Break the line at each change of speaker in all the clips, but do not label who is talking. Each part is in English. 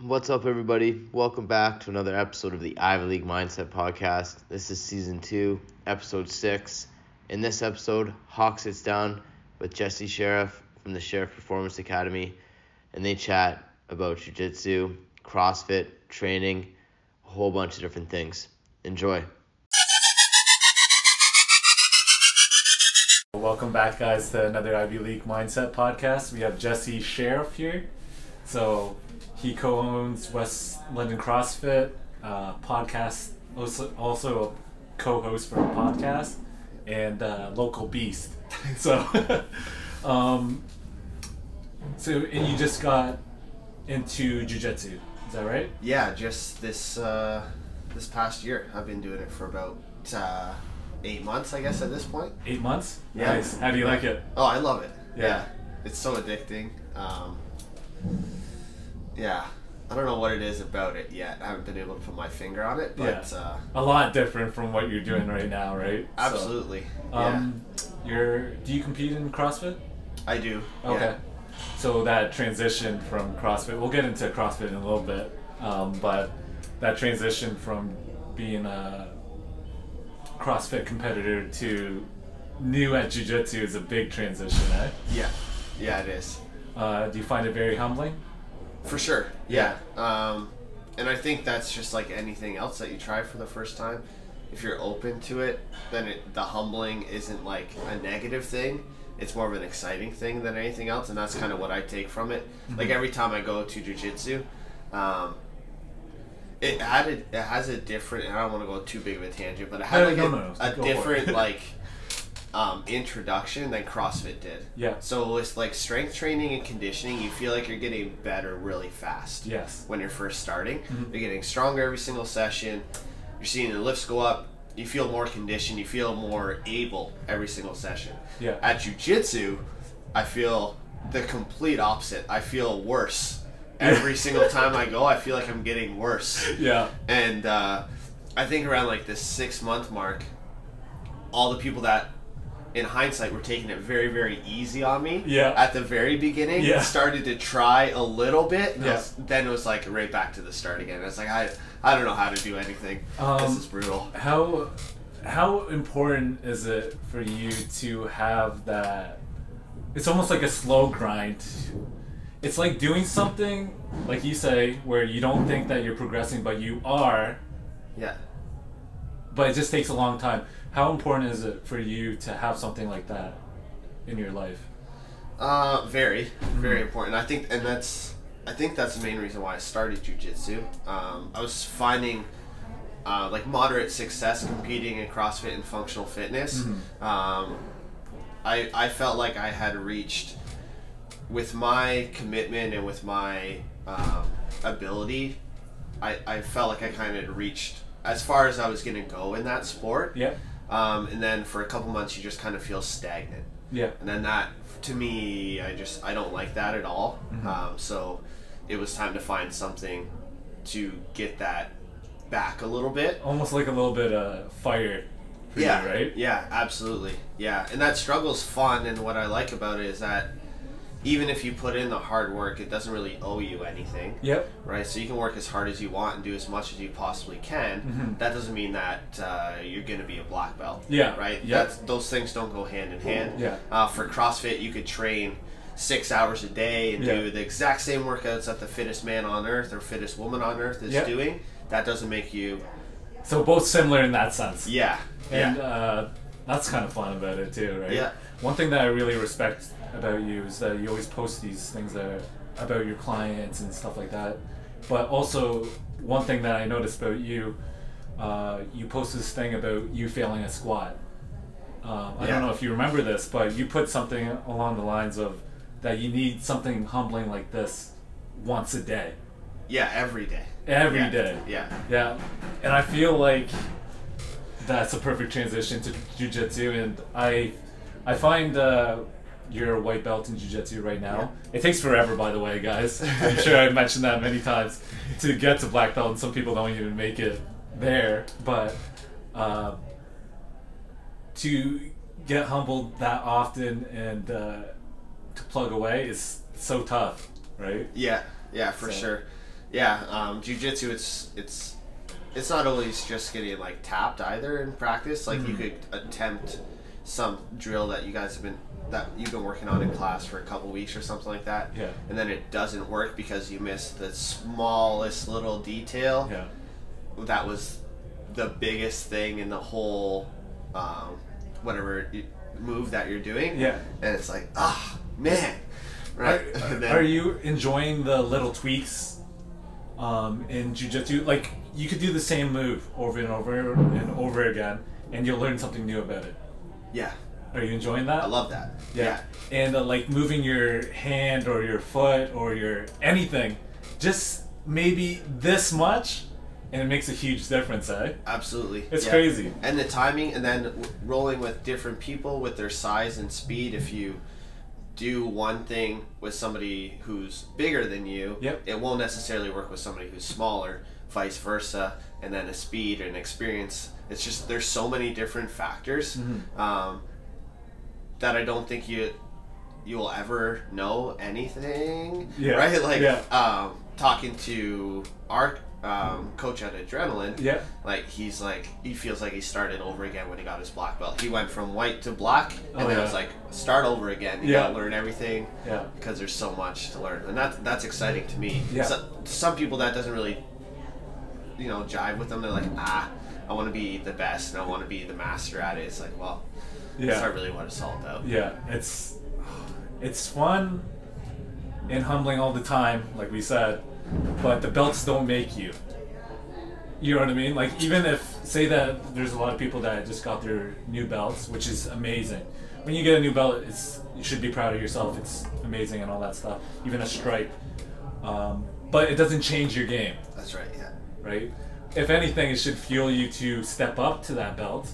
What's up, everybody? Welcome back to another episode of the Ivy League Mindset Podcast. This is season two, episode six. In this episode, Hawk sits down with Jesse Sheriff from the Sheriff Performance Academy, and they chat about Jiu Jitsu, CrossFit, training, a whole bunch of different things. Enjoy.
Welcome back, guys, to another Ivy League Mindset podcast. We have Jesse Sheriff here. So he co-owns West London CrossFit uh, podcast, also, also a co-host for a podcast, and uh, local beast. So, um, so and you just got into jujitsu, is that right?
Yeah, just this uh, this past year, I've been doing it for about uh, eight months, I guess, at this point.
Eight months.
Yeah.
Nice. How do you like it?
Oh, I love it.
Yeah.
it's so addicting. Um, yeah, I don't know what it is about it yet. I haven't been able to put my finger on it, but
Yeah.
uh,
A lot different from what you're doing right now, right? So-
absolutely,
Um, you're do you compete in CrossFit?
yeah, I do.
Okay.
Yeah.
So that transition from CrossFit, we'll get into CrossFit in a little bit, um, but that transition from being a CrossFit competitor to new at Jiu Jitsu is a big transition, eh?
yeah, yeah, it is.
Uh, do you find it very humbling?
For sure. Yeah. Um, and I think that's just like anything else that you try for the first time. If you're open to it, then it, the humbling isn't like a negative thing. It's more of an exciting thing than anything else, and that's kind of what I take from it.
Mm-hmm.
Like every time I go to jujitsu, um, it added it has a different. And I don't want to go too big of a tangent, but it had
No,
like
no,
a,
no, no.
a
Go for it.
different like um, introduction than CrossFit did.
Yeah.
So with like strength training and conditioning, you feel like you're getting better really fast.
Yes. Mm-hmm.
When you're first starting, you're getting stronger every single session. You're seeing the lifts go up. You feel more conditioned. You feel more able every single session.
Yeah.
At jujitsu, I feel the complete opposite. I feel worse every single time I go. I feel like I'm getting worse
Yeah.
and uh, I think around like the six month mark, all the people that, in hindsight, were taking it very very easy on me.
Yeah.
At the very beginning,
Yeah.
started to try a little bit. and I
Yeah.
was- then it was like right back to the start again. It's like I I don't know how to do anything.
Um,
this is brutal.
How how important is it for you to have that? It's almost like a slow grind. It's like doing something, like you say, where you don't think that you're progressing, but you are,
Yeah.
but it just takes a long time. How important is it for you to have something like that in your life?
Uh, very, very important. I think, and that's, I think that's the main reason why I started jujitsu. Um, I was finding, uh, like moderate success competing in CrossFit and functional fitness. Um, I I felt like I had reached, with my commitment and with my um, ability, I I felt like I kind of reached as far as I was gonna go in that sport.
Yeah,
Um, and then for a couple months, you just kind of feel stagnant
yeah,
and then that to me i just i don't like that at all
Mm-hmm.
um, so it was time to find something to get that back a little bit
almost like a little bit of fire. Oh, For
yeah
you, right.
yeah absolutely yeah and that struggle's fun and what i like about it is that even if you put in the hard work it doesn't really owe you anything
Yep.
right? So you can work as hard as you want and do as much as you possibly can. That doesn't mean that uh, you're going to be a black belt.
Mm-hmm. Yeah,
Right.
yeah.
That's those things don't go hand in hand.
Yeah.
Uh, for CrossFit, you could train six hours a day and
Yeah.
do the exact same workouts that the fittest man on earth or fittest woman on earth is
Yeah.
doing. That doesn't make you.
So both similar in that sense.
Yeah.
And
yeah.
uh, that's kind of fun about it too, right?
Yeah.
One thing that I really respect about you is that you always post these things that are about your clients and stuff like that. But also, one thing that I noticed about you, uh, you post this thing about you failing a squat. Um, I
Yeah.
don't know if you remember this, but you put something along the lines of that you need something humbling like this once a day,
yeah. Every day.
every
yeah.
day.
Yeah.
Yeah, and I feel like that's a perfect transition to jujitsu, and I, I find uh, your white belt in jujitsu right now. It takes forever, by the way, guys. I'm sure I've mentioned that many times to get to black belt, and some people don't even make it there. But uh, to get humbled that often and uh, to plug away is so tough, right?
Yeah, yeah, for
So-
sure. yeah, um, jujitsu. It's it's it's not always just getting like tapped either in practice. Like
Mm-hmm.
you could attempt some drill that you guys have been that you've been working on in class for a couple weeks or something like that.
Yeah.
And then it doesn't work because you missed the smallest little detail
Yeah.
that was the biggest thing in the whole um, whatever y- move that you're doing.
Yeah.
And it's like, ah, man,
Are,
right? And then-
are you enjoying the little tweaks um, in jujitsu? Like you could do the same move over and over and over again, and you'll learn something new about it.
Yeah,
Are you enjoying that?
I love that.
Yeah. And uh, like moving your hand or your foot or your anything, just maybe this much, and it makes a huge difference, eh?
absolutely.
It's
Yeah.
crazy.
And the timing, and then w- rolling with different people with their size and speed. If you do one thing with somebody who's bigger than you,
Yep.
it won't necessarily work with somebody who's smaller, vice versa. And then a speed and experience. It's just there's so many different factors
Mm-hmm.
um, that I don't think you you'll ever know anything.
Yeah.
Right? Like
Yeah.
um, talking to our um, coach at Adrenaline.
Yep.
Like he's like he feels like he started over again when he got his black belt. He went from white to black, and
Oh,
then
yeah.
it's like start over again. You
Yeah.
gotta learn everything
Yeah.
because there's so much to learn, and that that's exciting to me.
Yeah.
So- to some people that doesn't really, you know, jive with them. They're like, ah, I want to be the best, and I want to be the master at it. It's like, well, that's
Yeah.
not really what it's all about.
Yeah. It's it's fun and humbling all the time, like we said, but the belts don't make you. You know what I mean? Like even if say that there's a lot of people that just got their new belts, which is amazing. When you get a new belt, it's you should be proud of yourself. It's amazing and all that stuff. Even a stripe, um, but it doesn't change your game,
That's right. Yeah.
right? If anything, it should fuel you to step up to that belt,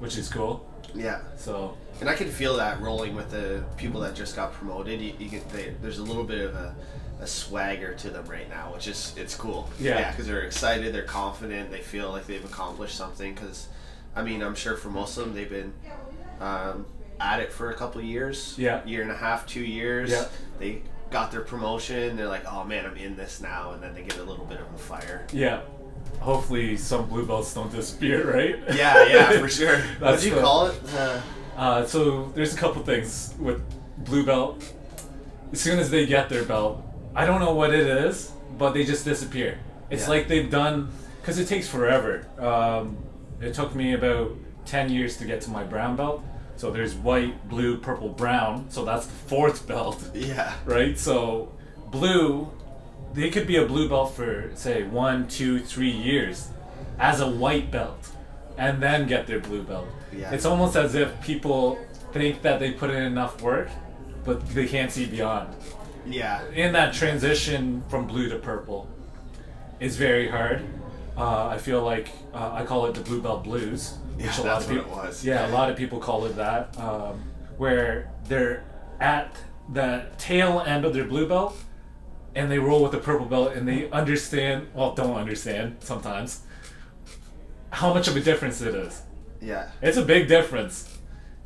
which is cool.
Yeah.
So
And I can feel that rolling with the people that just got promoted. You, you can, they, there's a little bit of a, a swagger to them right now, which is it's cool.
Yeah.
because they're excited, they're confident, they feel like they've accomplished something. Because, I mean, I'm sure for most of them, they've been um, at it for a couple years.
Yeah.
year and a half, two years.
Yeah.
they got their promotion. They're like, oh man, I'm in this now, and then they get a little bit of a fire.
yeah, hopefully some blue belts don't disappear, right?
Yeah, yeah, for sure. What'd
That's
you
the-
call it? Uh,
Uh, so there's a couple things with blue belt. As soon as they get their belt, I don't know what it is, but they just disappear. It's
Yeah.
like they've done because it takes forever. Um, it took me about ten years to get to my brown belt. So there's white, blue, purple, brown. So that's the fourth belt
yeah,
right? So blue, they could be a blue belt for say one, two, three years as a white belt, and then get their blue belt.
Yeah.
It's almost as if people think that they put in enough work, but they can't see beyond.
yeah,
In that transition from blue to purple, is very hard. Uh, I feel like uh, I call it the blue belt blues,
Yeah,
which a lot
that's
of
what it
people
was.
yeah, a lot of people call it that, um, where they're at the tail end of their blue belt and they roll with the purple belt and they understand, well, don't understand sometimes, how much of a difference it is.
yeah.
It's a big difference.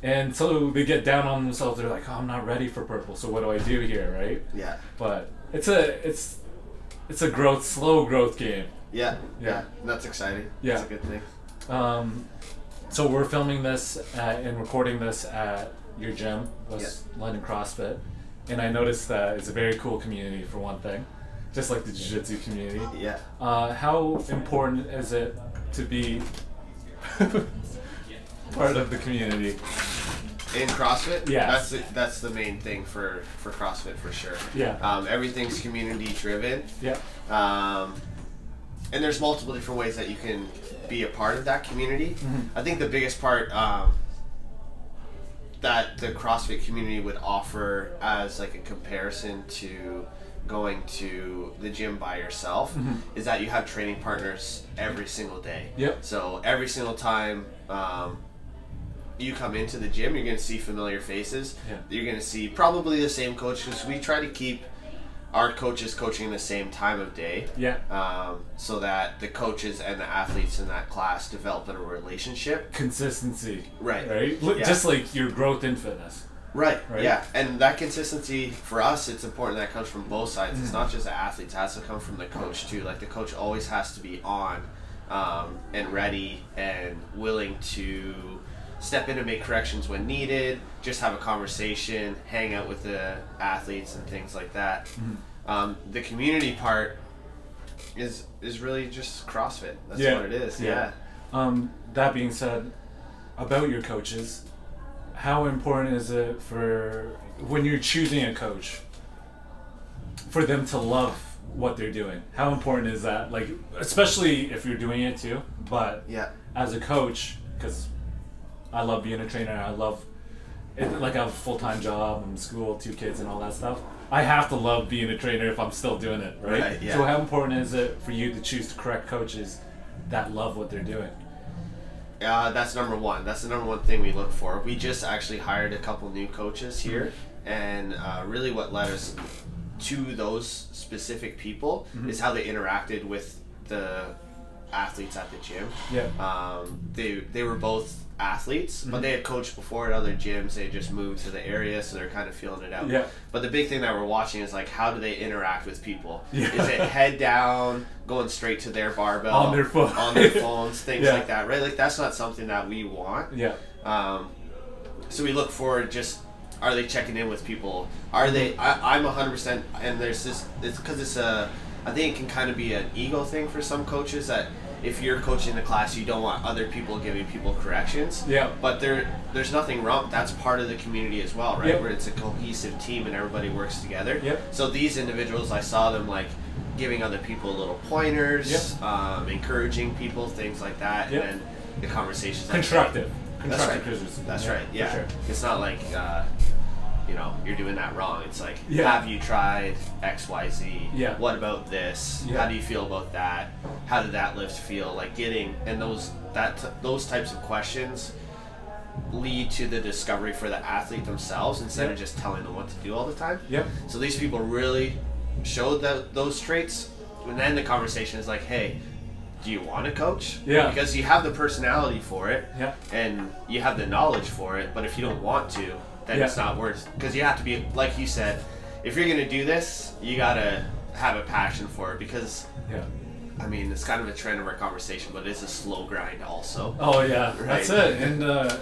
And so they get down on themselves. They're like, oh, I'm not ready for purple, so what do I do here, right?
Yeah.
But it's a it's it's a growth, slow growth game.
Yeah,
Yeah.
yeah, and that's exciting.
Yeah.
that's a good thing.
Um, so we're filming this uh and recording this at your gym, West London CrossFit, and I noticed that it's a very cool community for one thing, just like the jiu-jitsu community.
Yeah,
Uh, how important is it to be part of the community?
in CrossFit,
Yeah.
that's the, that's the main thing for for CrossFit for sure.
Yeah.
um, everything's community driven,
Yeah,
um, and there's multiple different ways that you can be a part of that community.
Mm-hmm.
I think the biggest part um, that the CrossFit community would offer as like a comparison to going to the gym by yourself is that you have training partners every single day.
Mm-hmm. Yep.
So every single time um, you come into the gym, you're going to see familiar faces.
Yeah.
You're going to see probably the same coach because we try to keep our coaches coaching the same time of day
yeah.
um, so that the coaches and the athletes in that class develop a relationship.
Consistency,
Right.
right? Li-
Yeah.
Just like your growth in fitness.
Right.
Right?
Yeah, and that consistency for us, it's important that comes from both sides.
Mm.
It's not just the athletes; it has to come from the coach too. Like the coach always has to be on um, and ready and willing to step in and make corrections when needed. Just have a conversation, hang out with the athletes, and things like that.
Mm-hmm.
Um, the community part is is really just CrossFit. That's
Yeah.
what it is.
Yeah.
yeah.
Um, that being said, about your coaches, how important is it for when you're choosing a coach for them to love what they're doing? How important is that? Like, especially if you're doing it too, but
Yeah.
as a coach, because I love being a trainer, I love it, like I have a full time job and school, two kids, and all that stuff. I have to love being a trainer if I'm still doing it, right?
Right, yeah.
So, how important is it for you to choose the correct coaches that love what they're doing?
Uh, that's number one. That's the number one thing we look for. We just actually hired a couple new coaches here, and uh, really what led us to those specific people is how they interacted with the athletes at the gym.
Yeah.
Um, they they were both athletes,
Mhm.
but they had coached before at other gyms. They had just moved to the area, so they're kind of feeling it out.
Yeah.
But the big thing that we're watching is like how do they interact with people?
Yeah.
Is it head down, going straight to their barbell
On their phone.
on their phones, things
Yeah.
like that, right? Like that's not something that we want.
Yeah.
Um, so we look for just are they checking in with people? Are they? I, I'm 100%, and there's this, it's because it's a, I think it can kind of be an ego thing for some coaches that if you're coaching the class, you don't want other people giving people corrections.
Yeah.
But there, there's nothing wrong. That's part of the community as well, right?
Yep.
Where it's a cohesive team and everybody works together.
Yep.
So these individuals, I saw them like giving other people little pointers,
Yep.
um, encouraging people, things like that,
Yep.
and then the conversations. that-
Constructive.
That's
Constructive
right.
criticism.
That's right. Yeah.
For sure.
It's not like uh, you know you're doing that wrong. It's like
Yeah.
have you tried X Y Z?
Yeah.
What about this?
Yeah.
How do you feel about that? How did that lift feel? Like getting and those that t- those types of questions lead to the discovery for the athlete themselves instead of
Yeah.
just telling them what to do all the time.
Yep.
So these people really showed tho- those traits, and then the conversation is like, hey, do you want to coach?
Yeah.
Because you have the personality for it,
Yeah.
and you have the knowledge for it, but if you don't want to, then
Yeah.
it's not worth. Because you have to be, like you said, if you're gonna do this, you gotta have a passion for it. Because
Yeah.
I mean, it's kind of a trend of our conversation, but it's a slow grind also.
Oh yeah, that's
Right.
it. And uh,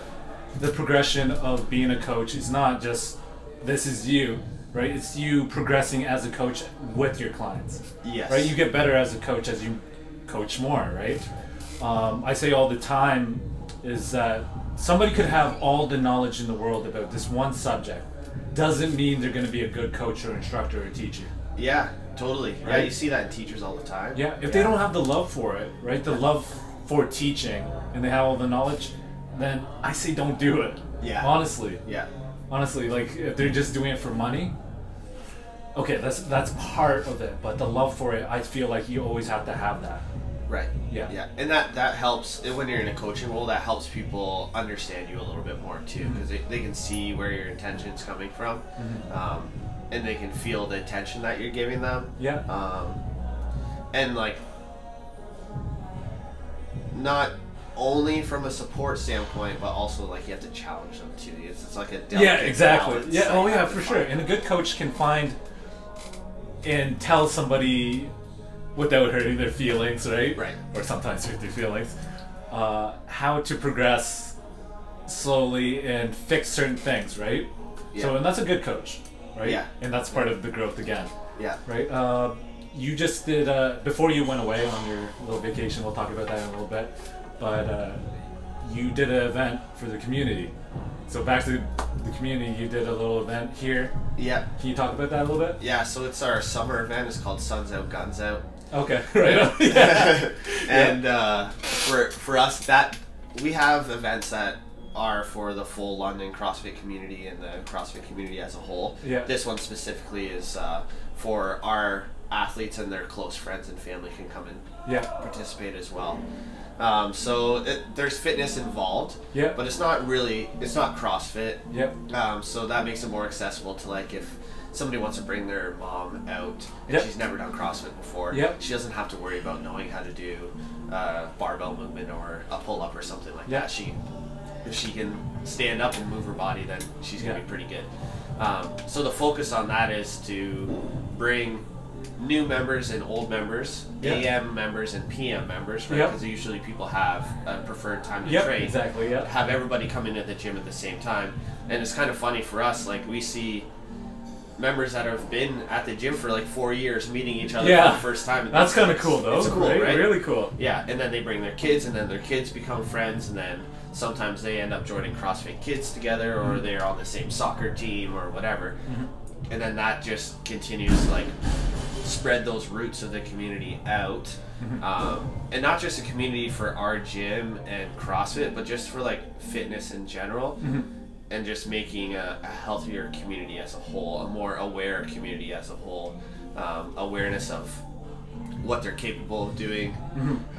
the progression of being a coach is not just this is you, right? It's you progressing as a coach with your clients.
Yes.
Right? You get better as a coach as you coach more, right? Um, I say all the time is that somebody could have all the knowledge in the world about this one subject. Doesn't mean they're going to be a good coach or instructor or teacher.
Yeah, totally. Yeah,
Right.
you see that in teachers all the time.
Yeah, if they don't have the love for it, right? The love for teaching, and they have all the knowledge, then I say don't do it.
Yeah.
Honestly,
Yeah.
honestly, like if they're just doing it for money, okay, that's that's part of it. But the love for it, I feel like you always have to have that.
Right.
Yeah.
Yeah, and that that helps and when you're in a coaching role. That helps people understand you a little bit more too,
Mm-hmm.
because they, they can see where your intention's coming from, um, and they can feel the attention that you're giving them.
Yeah.
Um, and like, not only from a support standpoint, but also like you have to challenge them too. It's, it's like a delicate
yeah, exactly.
balance
Yeah.
that
Oh
you
yeah,
have to
for sure.
find.
And a good coach can find and tell somebody without hurting their feelings, right?
Right.
Or sometimes hurt their feelings. Uh, how to progress slowly and fix certain things, right? So,
Yeah.
and that's a good coach, right?
Yeah.
And that's part of the growth again,
Yeah.
right? Uh, you just did uh, before you went away on your little vacation. We'll talk about that in a little bit, but uh, you did an event for the community. So back to the community, you did a little event here.
Yeah.
Can you talk about that a little bit?
Yeah. So it's our summer event. It's called Suns Out, Guns Out.
Okay, right. on. Yeah.
and uh, for for us that we have events that are for the full London CrossFit community and the CrossFit community as a whole.
Yeah.
This one specifically is uh, for our athletes and their close friends and family can come and
yeah.
participate as well. Um, so it, there's fitness involved.
Yeah.
But it's not really it's not CrossFit.
Yep.
Um, so that makes it more accessible to like if somebody wants to bring their mom out and
Yep.
she's never done CrossFit before,
Yep.
she doesn't have to worry about knowing how to do uh, barbell movement or a pull up or something like
Yep.
that. She if she can stand up and move her body, then she's gonna
Yeah.
be pretty good. Um, so the focus on that is to bring new members and old members,
Yeah.
AM members and PM members, right?
Yep.
Because usually people have a preferred time to
Yep,
train
exactly. Yeah.
have everybody come in at the gym at the same time. And it's kind of funny for us, like we see members that have been at the gym for like four years meeting each other
Yeah.
for the first time. and
That's
it's-
kind of cool though.
It's cool,
right?
right?
Really cool.
Yeah, and then they bring their kids, and then their kids become friends, and then sometimes they end up joining CrossFit Kids together, or
Mm-hmm.
they're on the same soccer team, or whatever. And then that just continues to, like spread those roots of the community out, um, and not just a community for our gym and CrossFit, but just for like fitness in general. And just making a, a healthier community as a whole, a more aware community as a whole, um, awareness of what they're capable of doing,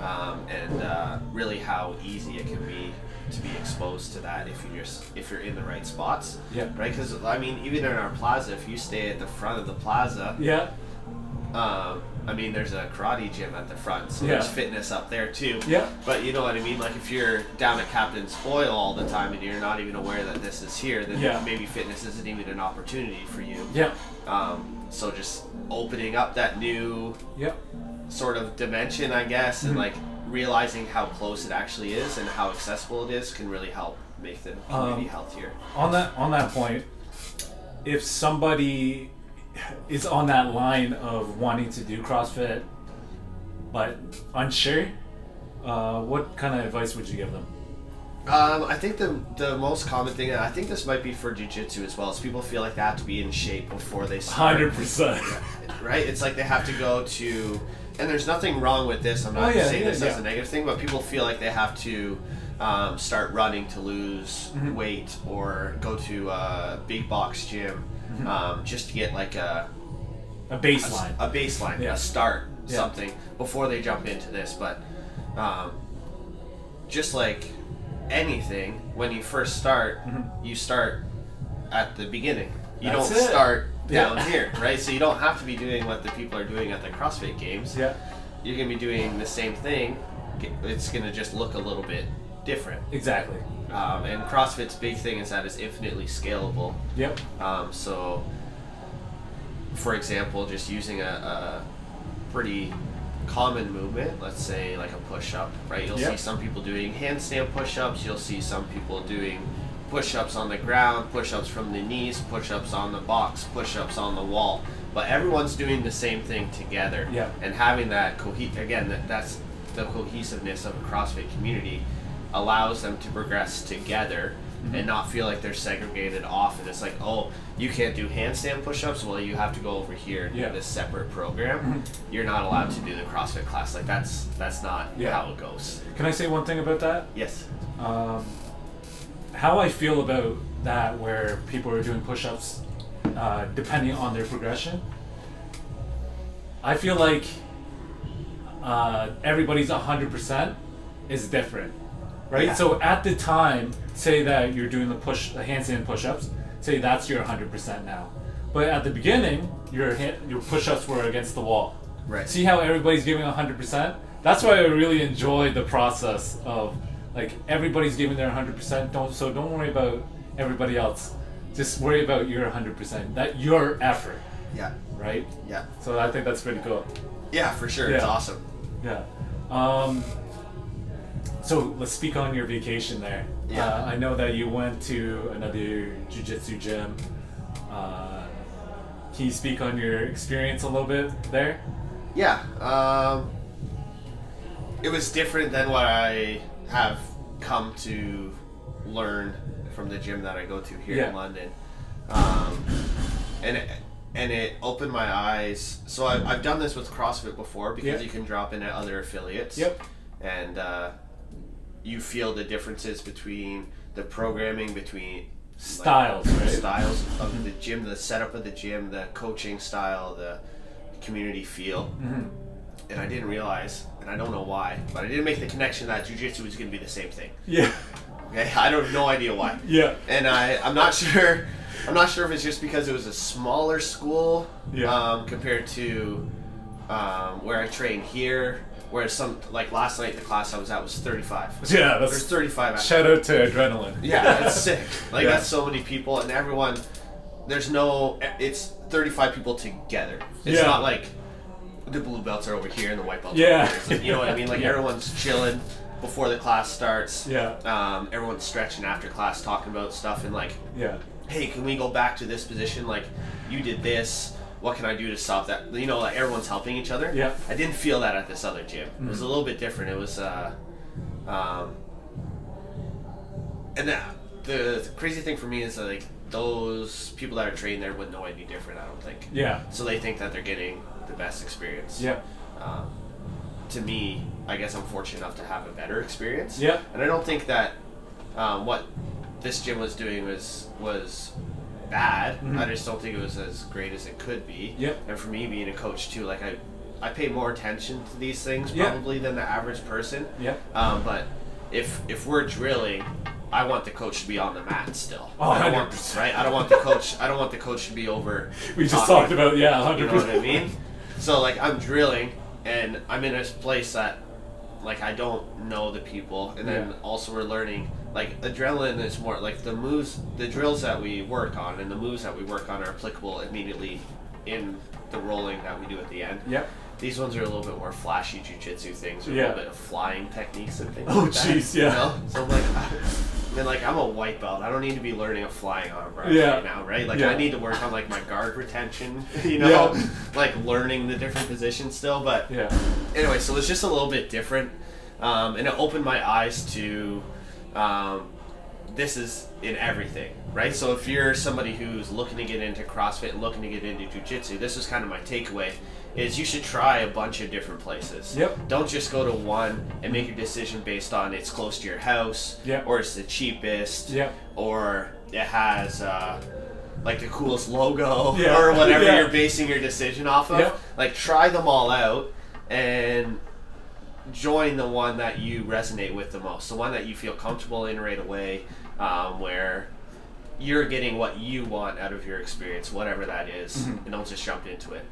um, and uh, really how easy it can be to be exposed to that if you just if you're in the right spots.
Yeah.
Right, because I mean, even in our plaza, if you stay at the front of the plaza,
Yeah.
um, I mean, there's a karate gym at the front, so
Yeah.
there's fitness up there too.
Yeah.
But you know what I mean? Like if you're down at Captain's Oil all the time and you're not even aware that this is here, then
Yeah.
maybe fitness isn't even an opportunity for you.
Yeah.
Um, so just opening up that new
Yep.
sort of dimension, I guess,
Mm-hmm.
and like realizing how close it actually is and how accessible it is can really help make the community
Um,
healthier.
on that on that point, if somebody is on that line of wanting to do CrossFit but unsure, uh, what kind of advice would you give them?
Um, I think the the most common thing, and I think this might be for jujitsu as well, is people feel like they have to be in shape before they start.
Hundred percent.
right? It's like they have to go to, and there's nothing wrong with this. I'm
Oh,
not
yeah,
saying
yeah,
this as
yeah.
a negative thing, but people feel like they have to um, start running to lose
Mm-hmm.
weight or go to a big box gym
Mm-hmm.
um, just to get like a
A baseline.
a baseline,
Yeah.
a start,
Yeah.
something before they jump into this. But um, just like anything, when you first start, you start at the beginning. You
Mm-hmm. That's
don't
it.
start down
Yeah.
here, right? So you don't have to be doing what the people are doing at the CrossFit Games.
Yeah.
You're gonna be doing the same thing. It's gonna just look a little bit different.
Exactly.
Um, and CrossFit's big thing is that it's infinitely scalable.
Yep.
Um, so, for example, just using a, a pretty common movement, let's say like a push up, right? You'll
Yeah.
see some people doing handstand push ups, you'll see some people doing push ups on the ground, push ups from the knees, push ups on the box, push ups on the wall. But everyone's doing the same thing together.
Yeah.
And having that, cohe- again, that, that's the cohesiveness of a CrossFit community allows them to progress together
Mm-hmm.
and not feel like they're segregated off and it's like oh you can't do handstand push-ups well you have to go over here and
Yeah. Mm-hmm.
do this separate program you're not allowed to do the crossfit class like that's that's not
Yeah.
how it goes
Can I say one thing about that?
yes
um, how I feel about that, where people are doing push ups uh, depending on their progression. I feel like uh, everybody's 100% is different, right?
Yeah.
So at the time, say that you're doing the push, the handstand push ups, say that's your 100% now. But at the beginning, your, hand, your push ups were against the wall
right
see how everybody's giving 100% that's why i really enjoy the process of like everybody's giving their 100% don't so don't worry about everybody else just worry about your 100% that your effort
yeah
right
yeah
so i think that's pretty cool
yeah for sure it's
Yeah.
awesome
yeah um so let's speak on your vacation there
Yeah.
uh, i know that you went to another jiu-jitsu gym uh, can you speak on your experience a little bit there
yeah um, it was different than what i have come to learn from the gym that i go to here in
Yeah.
london um, and it, and it opened my eyes so I, i've done this with crossfit before because
Yeah.
you can drop in at other affiliates
Yep.
and uh, you feel the differences between the programming between
Styles, right?
styles of the gym, the setup of the gym, the coaching style, the community feel.
Mm-hmm.
And I didn't realize, and I don't know why, but I didn't make the connection that jujitsu was going to be the same thing.
yeah
Okay, I don't no idea why.
yeah
And I, I'm not sure, I'm not sure if it's just because it was a smaller school
Yeah.
um, compared to um, where I train here, Whereas some like last night the class I was at was 35.
Yeah,
There's
that's
35 actually.
shout out to adrenaline.
Yeah, that's sick. Like
Yeah.
that's so many people and everyone. There's no. It's 35 people together. It's
Yeah.
not like the blue belts are over here and the white belts.
Yeah.
Are over here. It's- You know what I mean? Like
Yeah.
everyone's chilling before the class starts.
Yeah.
Um, everyone's stretching after class, talking about stuff and like
Yeah.
hey, can we go back to this position? Like, you did this. What can I do to stop that? You know, like everyone's helping each other.
Yeah. Mm-hmm.
I didn't feel that at this other gym. It was a little bit different. It was, uh, um, and that, the, the crazy thing for me is that, like those people that are trained there would know any different. I don't think.
Yeah.
So they think that they're getting the best experience.
Yeah.
To me, I guess I'm fortunate enough to have a better experience.
Yeah.
And I don't think that um, what this gym was doing was was bad. I just don't think it was as great as it could be.
Mm-hmm. Yep.
And for me being a coach too, like I I pay more attention to these things
Yeah.
probably than the average person.
Yep.
Um, but if if we're drilling, I want the coach to be on the mat still.
Oh,
I don't want,
100%.
right? I don't want the coach. I don't want the coach to be over.
We just
talking.
talked about yeah,
You
hundred
know what I
percent.
mean? So like I'm drilling and I'm in a place that like I don't know the people and then
Yeah.
also we're learning like adrenaline is more like the moves the drills that we work on and the moves that we work on are applicable immediately in the rolling that we do at the end.
Yep.
These ones are a little bit more flashy jujitsu things, or a
Yeah.
little bit of flying techniques and things.
Oh,
like that,
jeez,
You
yeah.
know? So I'm like, and like I'm a white belt. I don't need to be learning a flying arm right
Yeah.
now, right? Like
Yeah.
I need to work on like my guard retention, you know,
Yeah.
like learning the different positions still. But
Yeah.
anyway, so it's just a little bit different, um, and it opened my eyes to um, this is in everything, right? So if you're somebody who's looking to get into CrossFit and looking to get into jujitsu, this is kind of my takeaway: is you should try a bunch of different places.
Yep.
Don't just go to one and make your decision based on it's close to your house,
Yep.
or it's the cheapest,
Yep.
or it has. Uh, like the coolest logo
Yeah.
or whatever
Yeah.
you're basing your decision off of.
Yep.
Like try them all out and join the one that you resonate with the most, the one that you feel comfortable in right away, um, where you're getting what you want out of your experience, whatever that is,
Mm-hmm.
and don't just jump into it.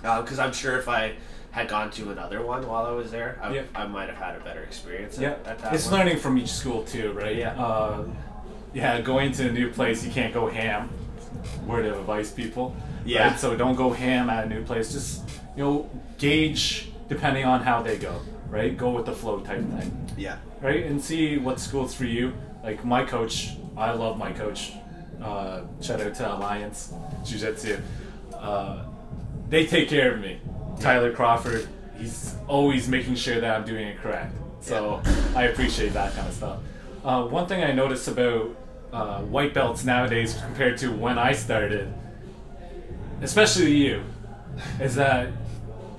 Because I'm sure if I had gone to another one while I was there, I,
Yeah.
I might have had a better experience. at-
Yeah,
at that
it's
one.
learning from each school too, right?
Yeah.
Uh, yeah, going to a new place, you can't go ham. Word of advice, people.
Yeah.
Right? So don't go ham at a new place. Just you know, gauge depending on how they go. Right? Go with the flow type thing
Yeah.
right? And see what school's for you. Like my coach, I love my coach. Uh, shout out to Alliance Jiu Jitsu. Uh, they take care of me. Tyler Crawford, he's always making sure that I'm doing it correct. So I appreciate that kind of stuff. Uh, one thing I noticed about uh, white belts nowadays compared to when I started, especially you, is that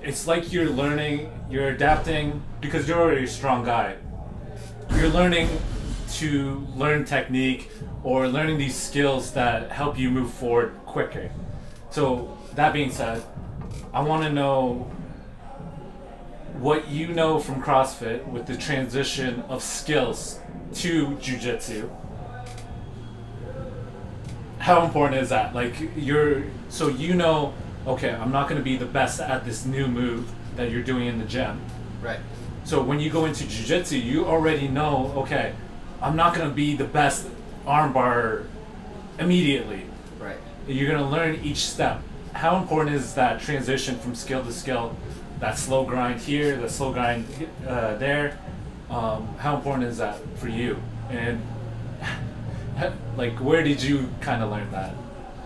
it's like you're learning, you're adapting because you're already a strong guy you're learning to learn technique or learning these skills that help you move forward quicker. So that being said, I want to know what you know from CrossFit with the transition of skills to jujitsu. How important is that? Like you're so you know, okay, I'm not going to be the best at this new move that you're doing in the gym.
Right.
So when you go into jiu-jitsu, you already know, okay, I'm not going to be the best armbar immediately.
Right.
You're going to learn each step. How important is that transition from skill to skill, that slow grind here, that slow grind uh, there? Um, how important is that for you? And like, where did you kind of learn that?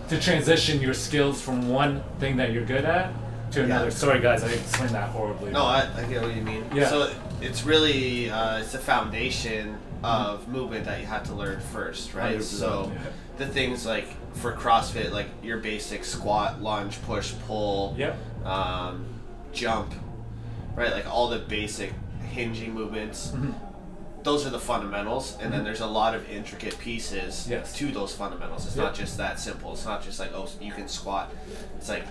To transition your skills from one thing that you're good at to another. Sorry, guys, I explained that horribly.
No, I, I get what you mean.
Yeah.
So it's really uh, it's a foundation of movement that you have to learn first, right?
100%,
So
yeah.
the things like for CrossFit, like your basic squat, lunge, push, pull,
Yep.
um, jump, right? Like all the basic hinging movements.
Mm-hmm.
Those are the fundamentals, and then there's a lot of intricate pieces
Yes.
to those fundamentals. It's
Yeah.
not just that simple. It's not just like oh you can squat. It's like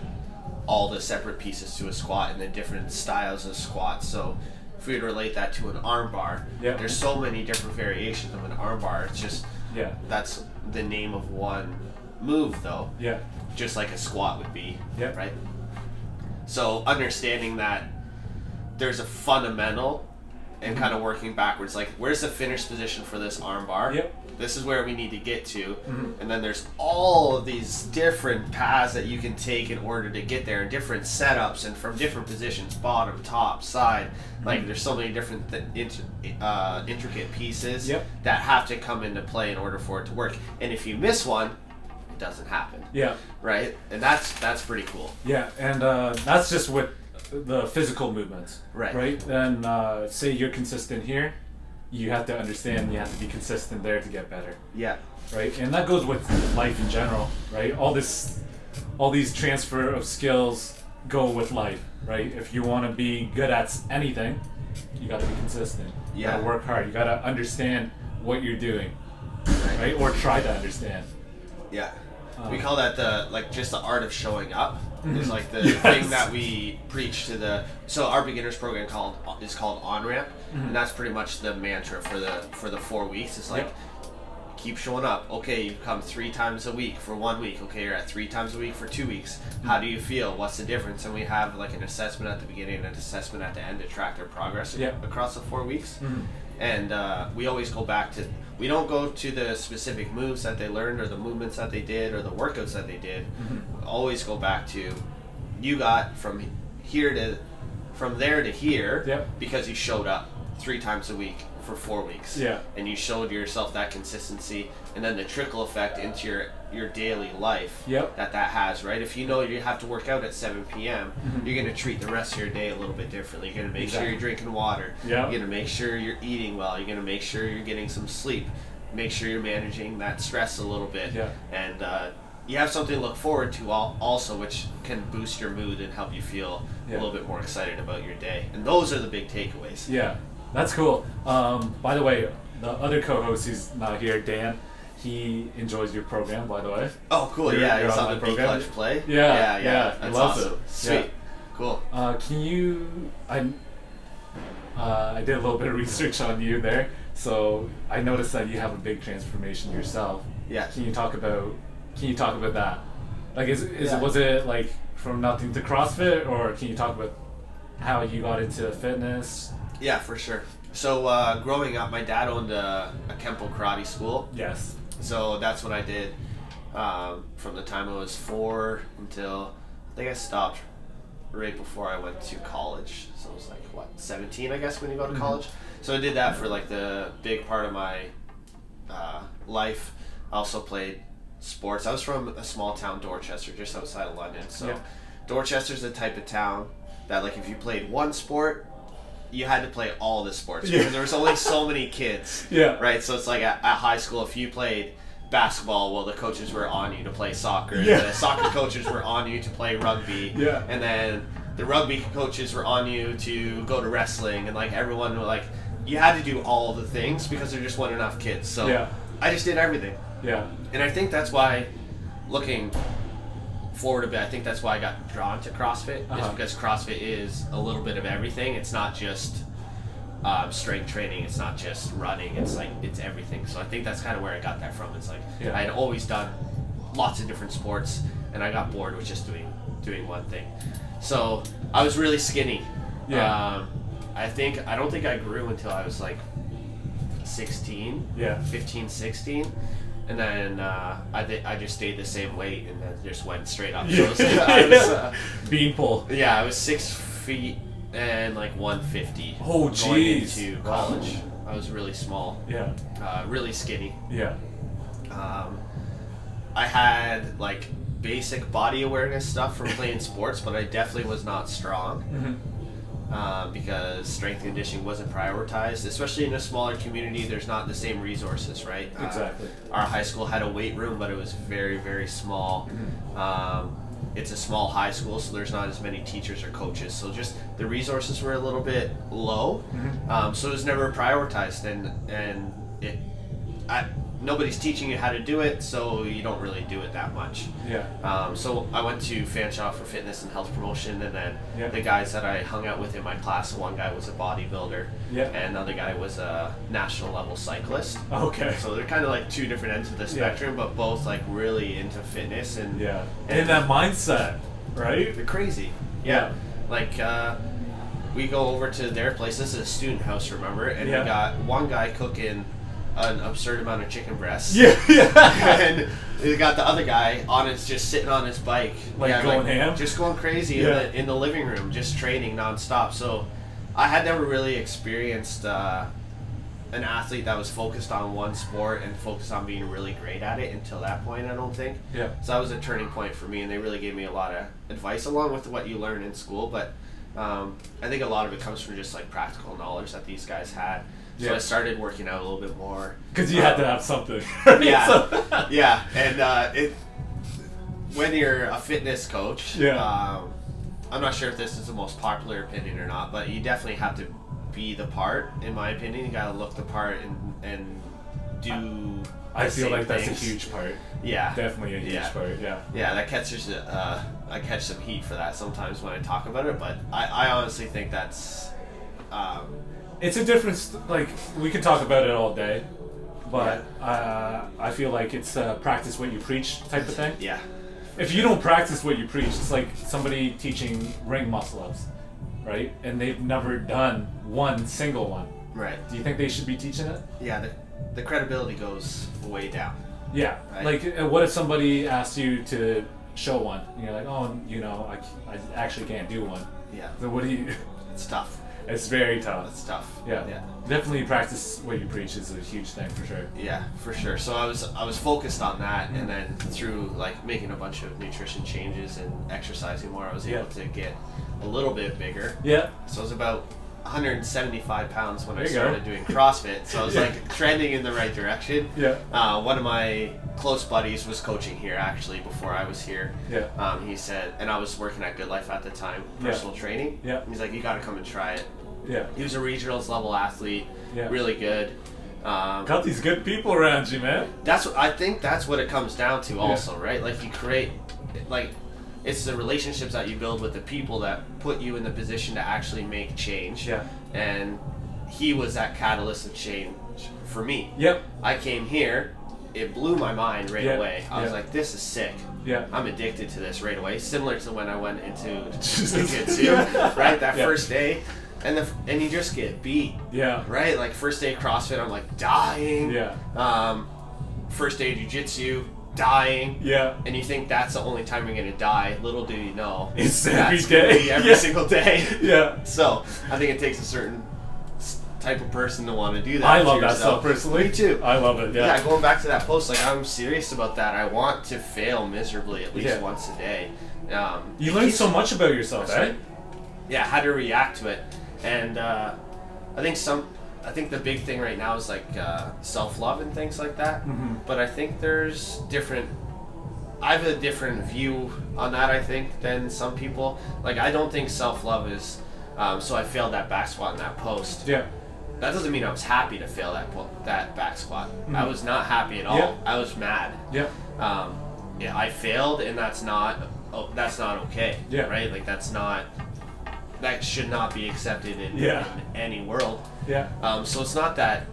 all the separate pieces to a squat and the different styles of squats. So if we were to relate that to an armbar,
Yeah.
there's so many different variations of an armbar. It's just
Yeah.
that's the name of one move though
Yeah.
just like a squat would be.
Yep.
Right. So understanding that there's a fundamental
Mm-hmm.
and kind of working backwards. Like, where's the finish position for this armbar?
Yep. Mm-hmm.
This is where we need to get to. And then there's all of these different paths that you can take in order to get there, and different setups, and from different positions bottom, top, side.
Mm-hmm.
Like, there's so many different th- int- uh, intricate pieces
Yep.
that have to come into play in order for it to work. And if you miss one, it doesn't happen.
Yeah.
Right? And that's that's pretty cool.
Yeah, and uh, that's just with the physical movements,
Right.
Right, and uh, say you're consistent here, you have to understand you have to be consistent there to get better,
Yeah.
right? And that goes with life in general, right? All this, all these transfer of skills go with life, right? If you want to be good at s- anything, you got to be consistent. You
Yeah.
gotta work hard. You got to understand what you're doing, right? Or try to understand.
Yeah.
Um,
we call that the like just the art of showing up is like the
Yes.
thing that we preach to the so our beginners program called is called on ramp
Mm-hmm.
and that's pretty much the mantra for the for the four weeks it's like
Yep.
keep showing up okay you come three times a week for one week okay you're at three times a week for two weeks how do you feel what's the difference and we have like an assessment at the beginning and an assessment at the end to track their progress
Yep.
across the four weeks
Mm-hmm.
and uh, we always go back to we don't go to the specific moves that they learned or the movements that they did or the workouts that they did
Mm-hmm.
We always go back to you got from here to from there to here
Yep.
because you showed up three times a week for four weeks
Yeah.
and you showed yourself that consistency and then the trickle effect into your your daily life
Yep.
that that has right if you know you have to work out at 7 p.m you're going to treat the rest of your day a little bit differently you're going to make sure
Mm-hmm. Exactly.
you're drinking water
Yep.
you're going to make sure you're eating well you're going to make sure you're getting some sleep make sure you're managing that stress a little bit
Yeah.
and uh, you have something to look forward to al- also which can boost your mood and help you feel
Yeah.
a little bit more excited about your day and those are the big takeaways
Yeah, that's cool. Um, by the way, the other co-host who's not here, Dan, he enjoys your program. By the way,
Oh, cool!
You're-
yeah,
you're
it's
on
on,
my
the Big
program.
Clutch play.
Yeah, yeah,
yeah,
he
That's
loves
awesome.
it.
Sweet,
Yeah.
cool.
uh, can you? I uh, I did a little bit of research on you there, so I noticed that you have a big transformation yourself.
Yeah.
Can you talk about? Can you talk about that? Like, is, is
Yeah.
it was it like from nothing to CrossFit, or can you talk about how you got into fitness?
Yeah, for sure. So, uh, growing up, my dad owned a, a Kempo karate school,
Yes.
so that's what I did um, from the time I was four until I think I stopped right before I went to college. So I was like what seventeen, I guess, when you go
Mm-hmm.
to college. So I did that for like the big part of my uh, life. I also played sports. I was from a small town, Dorchester, just outside of London. So
Yeah.
Dorchester's the type of town that like if you played one sport. You had to play all the sports because
Yeah.
there was only so many kids
Yeah.
right? So it's like at, at high school, if you played basketball, well, the coaches were on you to play soccer.
Yeah.
The soccer coaches were on you to play rugby.
Yeah.
And then the rugby coaches were on you to go to wrestling, and like everyone, were like you had to do all the things because there just weren't enough kids. So
Yeah.
I just did everything,
Yeah.
and I think that's why, looking forward a bit, I think that's why I got drawn to CrossFit.
Uh-huh.
Is because CrossFit is a little bit of everything. It's not just um, strength training. It's not just running. It's like it's everything. So I think that's kind of where I got that from. It's like
Yeah.
I had always done lots of different sports, and I got bored with just doing doing one thing. So I was really skinny.
Yeah.
Um, I think I don't think I grew until I was like 16.
Yeah.
15, 16. And then uh, I, thi- I just stayed the same weight and then just went straight up. So it was- I was, uh,
Beanpole.
yeah, I was six feet and like 150.
Oh,
Going
jeez.
into
Wow.
college. I was really small,
Yeah.
uh, really skinny.
Yeah.
Um, I had like basic body awareness stuff from playing sports, but I definitely was not strong
Mhm.
um, because strength and conditioning wasn't prioritized. Especially in a smaller community, there's not the same resources, right? Uh,
Exactly.
our high school had a weight room, but it was very, very small. Um, it's a small high school, so there's not as many teachers or coaches. So just the resources were a little bit low. Um, so it was never prioritized, and and it, I, nobody's teaching you how to do it, so you don't really do it that much.
Yeah.
Um, so I went to Fanshawe for fitness and health promotion, and then
Yeah.
the guys that I hung out with in my class, one guy was a bodybuilder,
Yeah.
and another guy was a national level cyclist.
Okay.
So they're kind of like two different ends of the
Yeah.
spectrum, but both like really into fitness and
Yeah.
and
And that mindset, right?
they're crazy.
Yeah.
Like uh, we go over to their place. This is a student house, remember? And
Yeah.
we got one guy cooking an absurd amount of chicken breasts.
Yeah, yeah.
and we got the other guy on his just sitting on his bike,
Like going ham?
just going crazy
Yeah.
in, the, in the living room, just training nonstop. So, I had never really experienced uh, an athlete that was focused on one sport and focused on being really great at it until that point. I don't think.
yeah.
So that was a turning point for me, and they really gave me a lot of advice along with what you learn in school. But um, I think a lot of it comes from just like practical knowledge that these guys had. So
Yeah.
I started working out a little bit more.
Because you had to have something.
Yeah.
So-
yeah, and uh, it when you're a fitness coach,
Yeah.
um, I'm not sure if this is the most popular opinion or not, but you definitely have to be the part. In my opinion, you gotta look the part and and do.
I
the
feel
same
like that's
things.
a huge part.
Yeah,
Definitely a huge
Yeah.
part. Yeah.
yeah. That catches uh, I catch some heat for that sometimes when I talk about it, but I, I honestly think that's. Um,
It's a difference. Like we can talk about it all day, but uh, I feel like it's uh, practice what you preach type of thing.
yeah,
if you don't practice what you preach, it's like somebody teaching ring muscle ups, right? And they've never done one single one.
right.
Do you think they should be teaching it?
Yeah, the, the credibility goes way down.
Yeah.
Right.
Like, uh, what if somebody asked you to show one? And you're like, oh, you know, I, c- I actually can't do one.
Yeah,
So what do you?
it's tough.
It's very tough.
It's tough.
Yeah.
yeah.
Definitely practice what you preach is a huge thing for sure.
Yeah, for sure. So I was I was focused on that, and then through like making a bunch of nutrition changes and exercising more, I was able
Yeah.
to get a little bit bigger.
Yeah.
So I was about 175 pounds when
There
I
you go.
started doing CrossFit. So I was
Yeah.
like trending in the right direction.
Yeah.
Uh, one of my close buddies was coaching here actually before I was here.
Yeah.
Um, he said, and I was working at Good Life at the time,
Yeah.
personal training.
Yeah.
He's like, you got to come and try it.
Yeah.
He was a regionals level athlete,
Yeah.
really good. Um,
Got these good people around you, man.
that's what I think that's what it comes down to also, right? Like you create like it's the relationships that you build with the people that put you in the position to actually make change.
Yeah.
And he was that catalyst of change for me.
Yep.
I came here, it blew my mind right
Yeah,
away. I was
yeah.
like, this is sick.
Yeah.
I'm addicted to this right away. Similar to when I went into
Jesus.
jiu-jitsu,
Yeah.
right? That
Yeah.
first day. And the and you just get beat.
Yeah.
Right? Like first day CrossFit, I'm like dying.
Yeah.
Um, first day jujitsu, dying.
Yeah.
And you think that's the only time you're gonna die? Little do you know,
It's every
that's gonna
day.
be every
Yeah.
single day.
Yeah.
So I think it takes a certain s- type of person to want to do that.
I
to
love that stuff
yourself.
personally.
Me too.
I love it.
yeah. going back to that post, like I'm serious about that. I want to fail miserably at least
Yeah.
once a day. Um,
You learn so much about yourself,
That's
right?
right. yeah, how to react to it. And uh, I think some, I think the big thing right now is like uh, self love and things like that.
Mhm.
But I think there's different. I have a different view on that. I think than some people. Like I don't think self love is. Um, so I failed that back squat in that post.
Yeah.
That doesn't mean I was happy to fail that po- that back squat. I was not happy at all.
Yeah.
I was mad
Yeah.
um, yeah, I failed, and that's not oh, that's not okay.
Yeah.
Right. Like that's not that should not be accepted in,
Yeah.
in any world.
Yeah.
Um, so it's not that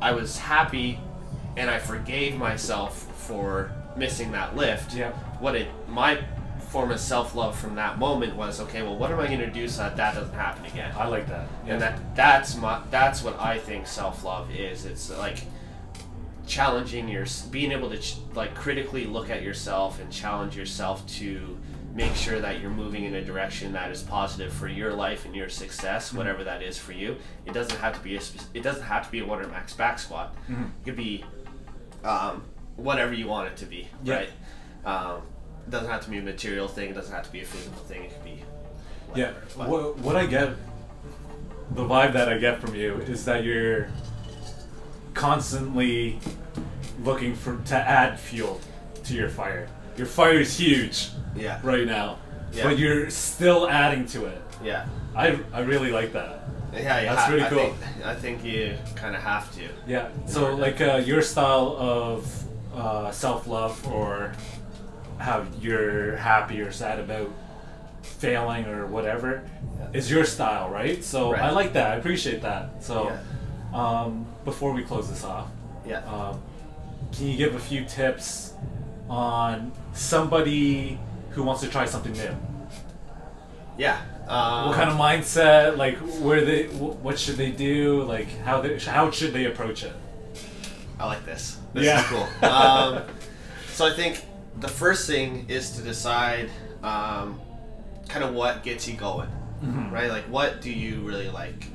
I was happy and I forgave myself for missing that lift.
Yeah.
What it my form of self love from that moment was okay. Well, what am I going to do so that that doesn't happen again?
I like that.
and that that's my that's what I think self love is. It's like challenging your being able to ch- like critically look at yourself and challenge yourself to make sure that you're moving in a direction that is positive for your life and your success whatever that is for you it doesn't have to be a spec- it doesn't have to be a water max back squat it could be um, whatever you want it to be
Yeah.
right um, it doesn't have to be a material thing it doesn't have to be a physical thing it could be
Yeah.
whatever. But-
What, what I get, the vibe that I get from you is that you're constantly looking for to add fuel to your fire. Your fire is huge
yeah
right now,
Yeah.
but you're still adding to it.
yeah
I, I really like that.
Yeah, you
That's
ha-
really
I
cool.
Think, I think you kind of have to.
Yeah. So like uh, your style of uh, self love or how you're happy or sad about failing or whatever
Yeah.
is your style, right? So
Right.
I like that. I appreciate that. So um, before we close this off,
Yeah.
um, can you give a few tips on somebody who wants to try something new?
yeah. Um,
what kind of mindset? Like, where they? wh- What should they do? Like, how they? How should they approach it?
I like this. This
Yeah.
is cool. Um, so I think the first thing is to decide um, kind of what gets you going,
Mm-hmm.
right? Like, what do you really like?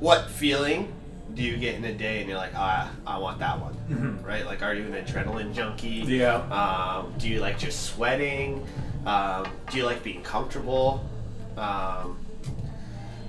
What feeling do you get in a day and you're like, ah, I want that one, right? Like, are you an adrenaline junkie?
Mm-hmm. Yeah.
Um, do you like just sweating? Um, do you like being comfortable? Um,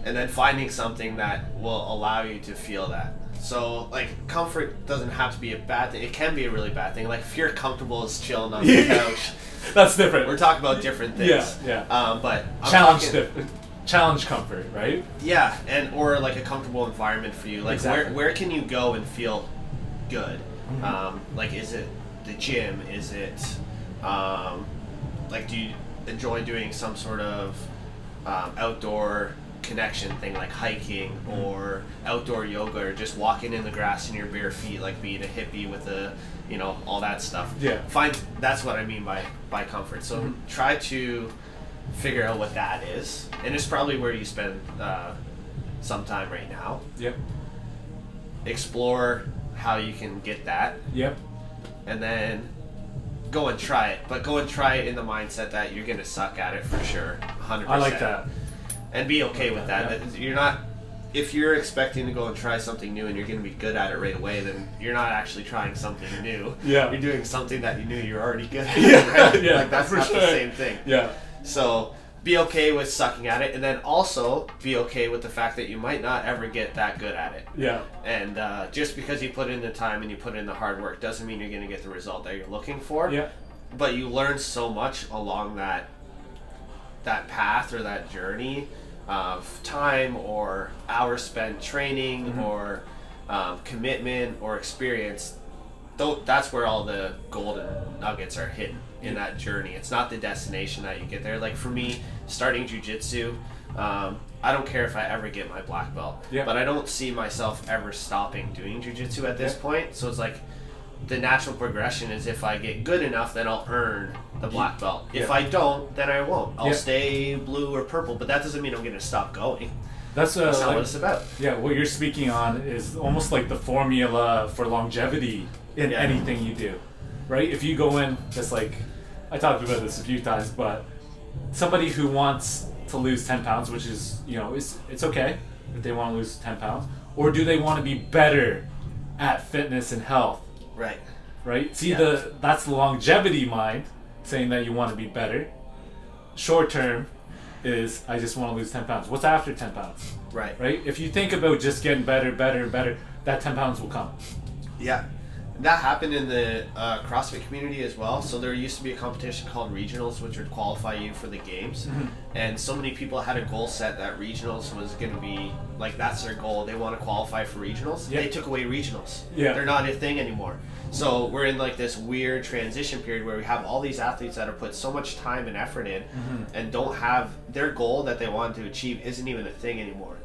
and then finding something that will allow you to feel that. So like comfort doesn't have to be a bad thing. It can be a really bad thing. Like if you're comfortable as chilling on the couch,
That's different.
we're talking about different things.
Yeah, yeah.
Um, but I'm
challenge
talking-
diff- challenge comfort, right?
yeah, and or like a comfortable environment for you. Like
Exactly. Mm-hmm.
where where can you go and feel good? Um, like is it the gym? Is it um, like do you enjoy doing some sort of um, outdoor connection thing like hiking or outdoor yoga or just walking in the grass in your bare feet like being a hippie with a you know all that stuff
Yeah.
find that's what i mean by by comfort so try to figure out what that is, and it's probably where you spend uh, some time right now.
Yep.
Explore how you can get that,
Yep.
and then go and try it. But go and try it in the mindset that you're gonna suck at it for sure, hundred percent.
I like that.
and be okay with that.
that,
That You're not. If you're expecting to go and try something new and you're going to be good at it right away, then you're not actually trying something new.
Yeah.
You're doing something that you knew you're already good at.
Yeah,
right?
yeah,
like that's
for
not the
sure.
same thing.
Yeah.
So be okay with sucking at it, and then also be okay with the fact that you might not ever get that good at it.
Yeah.
And uh, just because you put in the time and you put in the hard work doesn't mean you're going to get the result that you're looking for.
Yeah.
But you learn so much along that that path or that journey of time or hours spent training
Mm-hmm.
or um, commitment or experience. Though that's where all the golden nuggets are hidden in that journey. It's not the destination that you get there. Like for me, starting jujitsu, um, I don't care if I ever get my black belt,
Yeah.
but I don't see myself ever stopping doing jujitsu at this
Yeah.
point. So it's like the natural progression is if I get good enough, then I'll earn the black belt. If
Yeah.
I don't, then I won't. I'll
Yeah.
stay blue or purple, but that doesn't mean I'm going to stop going.
That's, uh,
That's not what
like-
it's about.
Yeah, what you're speaking on is almost like the formula for longevity in
Yeah.
anything you do, right? If you go in, just like I talked about this a few times, but somebody who wants to lose 10 pounds, which is, you know, it's, it's okay if they want to lose 10 pounds, or do they want to be better at fitness and health,
Right.
right? See,
Yeah.
the that's the longevity mind saying that you want to be better. Short term is I just want to lose 10 pounds. What's after 10 pounds?
Right.
right? If you think about just getting better, better, better, that 10 pounds will come.
Yeah. That happened in the uh, CrossFit community as well. So there used to be a competition called regionals, which would qualify you for the games.
Mm-hmm.
And so many people had a goal set that regionals was going to be like that's their goal. They want to qualify for regionals.
Yeah.
They took away regionals.
Yeah.
They're not a thing anymore. So we're in like this weird transition period where we have all these athletes that have put so much time and effort in,
Mm-hmm.
and don't have their goal that they wanted to achieve isn't even a thing anymore.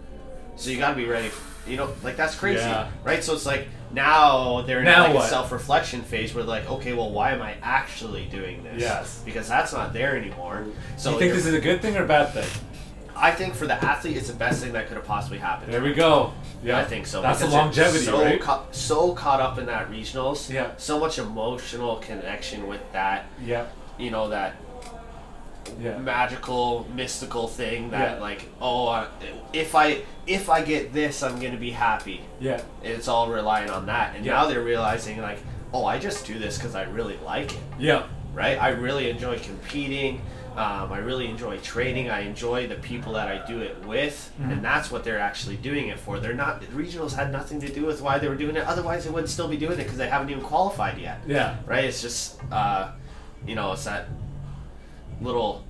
So you got to be ready. You know, like that's crazy,
Yeah.
right? So it's like now they're in
Now
like a
what?
self-reflection phase where like, okay, well, why am I actually doing this?
Yes.
because that's not there anymore.
Do
So
you think
you're-
this is a good thing or a bad thing?
I think for the athlete, it's the best thing that could have possibly happened.
There we go. Yeah,
I think so.
That's the
because they're
longevity,
so
right?
cau- so caught up in that regionals.
Yeah.
So much emotional connection with that,
yeah,
you know, that
yeah,
magical, mystical thing that
Yeah.
like, oh, I- if I if I get this, I'm gonna be happy.
yeah,
It's all relying on that, and
Yeah.
now they're realizing like, oh, I just do this because I really like it
yeah,
right? I really enjoy competing. Um, I really enjoy training. I enjoy the people that I do it with,
Mm-hmm.
and that's what they're actually doing it for. They're not the regionals had nothing to do with why they were doing it. Otherwise, they wouldn't still be doing it because they haven't even qualified yet,
yeah.
right? It's just, uh, you know, it's that little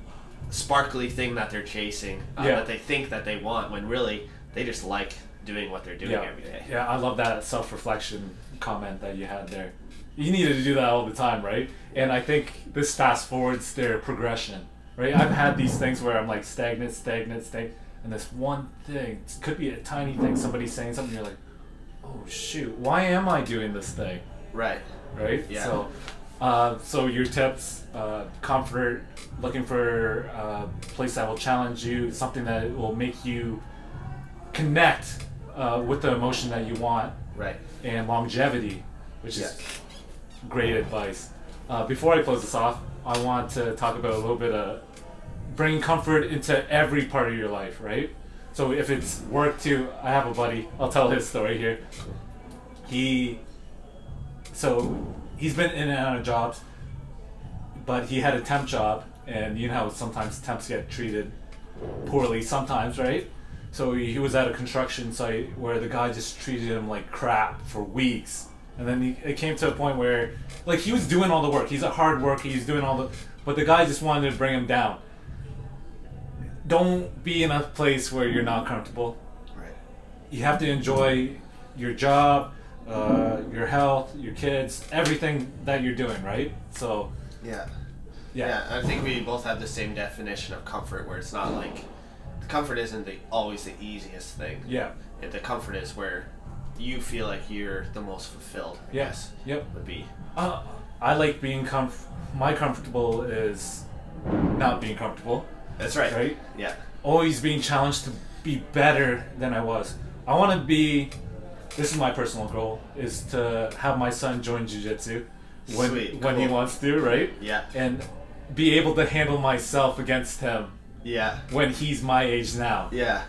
sparkly thing that they're chasing uh,
Yeah.
that they think that they want when really they just like doing what they're doing
Yeah,
every day.
yeah, I love that self reflection comment that you had there. You needed to do that all the time, right? And I think this fast forwards their progression, right? I've had these things where I'm like stagnant, stagnant, stagnant, and this one thing it could be a tiny thing, somebody saying something, you're like, oh shoot, why am I doing this thing?
Right.
right?
Yeah.
So Uh, so your tips, uh, comfort, looking for a place that will challenge you, something that will make you connect uh, with the emotion that you want,
Right.
and longevity, which
Yeah.
is great advice. Uh, before I close this off, I want to talk about a little bit of bringing comfort into every part of your life, right? So if it's work too, I have a buddy. I'll tell his story here. He, so he's been in and out of jobs, but he had a temp job, and you know how sometimes temps get treated poorly sometimes, right? So he, he was at a construction site where the guy just treated him like crap for weeks. And then he, it came to a point where, like, he was doing all the work. He's a hard worker. He's doing all the, but the guy just wanted to bring him down. Don't be in a place where you're not comfortable.
Right.
You have to enjoy your job, uh, your health, your kids, everything that you're doing, right? So,
Yeah.
yeah.
Yeah, I think we both have the same definition of comfort, where it's not like the comfort isn't the, always the easiest thing.
Yeah.
It- the comfort is where you feel like you're the most fulfilled. I
Yes.
guess,
Yep.
Would be.
Uh, I like being comf. My comfortable is not being comfortable.
That's right.
Right?
Yeah.
Always being challenged to be better than I was. I want to be. This is my personal goal: is to have my son join jujitsu when
Sweet,
when he
cool.
wants to, right?
Yeah.
And be able to handle myself against him
Yeah.
when he's my age now.
Yeah.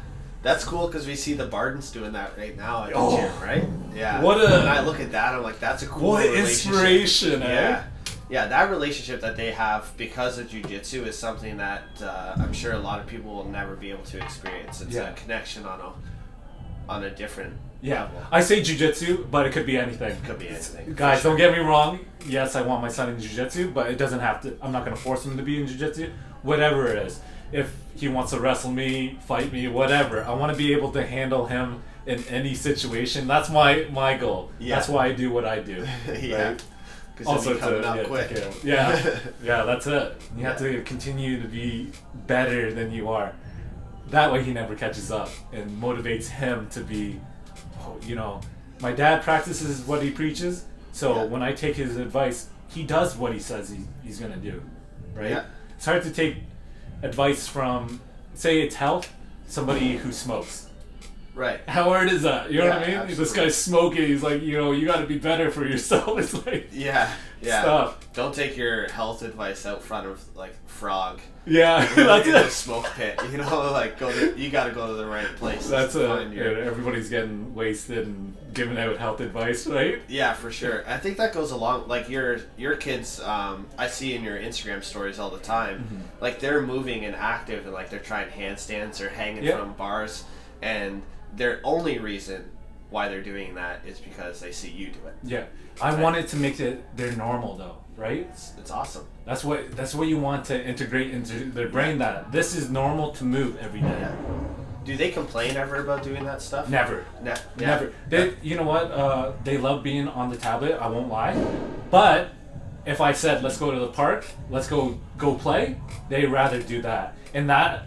That's cool because we see the Bardens doing that right now at the
Oh.
gym, right? Yeah.
What a-
When I look at that, I'm like, that's a cool
What
relationship.
inspiration, eh?
Yeah. Yeah, that relationship that they have because of jujitsu is something that uh, I'm sure a lot of people will never be able to experience. It's
Yeah.
a connection on a on a different
Yeah,
level.
I say jujitsu, but it could be anything.
Could be anything.
Guys, don't get me wrong. Yes, I want my son in jujitsu, but it doesn't have to. I'm not gonna force him to be in jujitsu. Whatever it is, if he wants to wrestle me, fight me, whatever, I want to be able to handle him in any situation. That's my my goal.
Yeah.
That's why I do what I do.
yeah.
right?
'Cause
Also,
it'll be coming
to,
up
yeah,
quick.
to kill. yeah, yeah, that's it. You have to continue to be better than you are. That way, he never catches up and motivates him to be, oh, you know, my dad practices what he preaches. So
Yeah.
when I take his advice, he does what he says he, he's gonna do, right?
Yeah.
It's hard to take advice from, say, it's health, somebody who smokes.
Right.
How hard is that? You know what I mean?
Yeah,
This
absolutely.
guy's smoking. He's like, you know, you got to be better for yourself. It's like,
Yeah. Yeah.
Stuff.
Don't take your health advice out front of like frog.
yeah,
You know,
that's
in the
it.
smoke pit. You know, like go. To, you got to go to the right place.
That's
to
it.
find your-
Yeah, everybody's getting wasted and giving out health advice, right?
Yeah, for sure. I think that goes along. Like your your kids, um, I see in your Instagram stories all the time.
Mm-hmm.
Like they're moving and active, and like they're trying handstands or hanging
Yeah.
from bars. And their only reason why they're doing that is because they see you do it.
Yeah. I wanted to make it their normal though, right?
It's awesome.
That's what that's what you want to integrate into their brain that this is normal to move every day.
Yeah. Do they complain ever about doing that stuff?
Never.
Ne- yeah.
Never. They, you know what? Uh, they love being on the tablet. I won't lie, but if I said let's go to the park, let's go go play, they rather do that, and that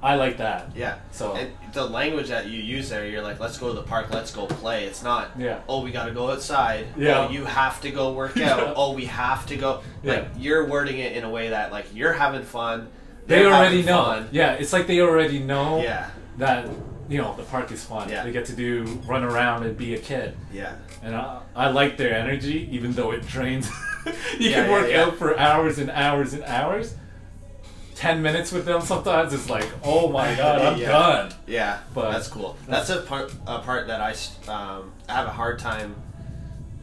I like that.
Yeah.
So-
and the language that you use there, you're like, let's go to the park, let's go play. It's not,
Yeah.
oh, we got to go outside.
Yeah.
Oh, you have to go work
Yeah.
out. oh, we have to go. Like
Yeah.
you're wording it in a way that like you're having fun.
They
they're
already
having
know.
fun.
Yeah, it's like they already know
Yeah.
that you know the park is fun.
Yeah.
They get to do run around and be a kid.
Yeah.
And I, I like their energy, even though it drains. you
Yeah,
can
yeah,
work
yeah.
out for hours and hours and hours. Ten minutes with them sometimes is like, oh my god, I'm
Yeah.
done.
Yeah,
But-
that's cool. That's a part a part that I s- um, have a hard time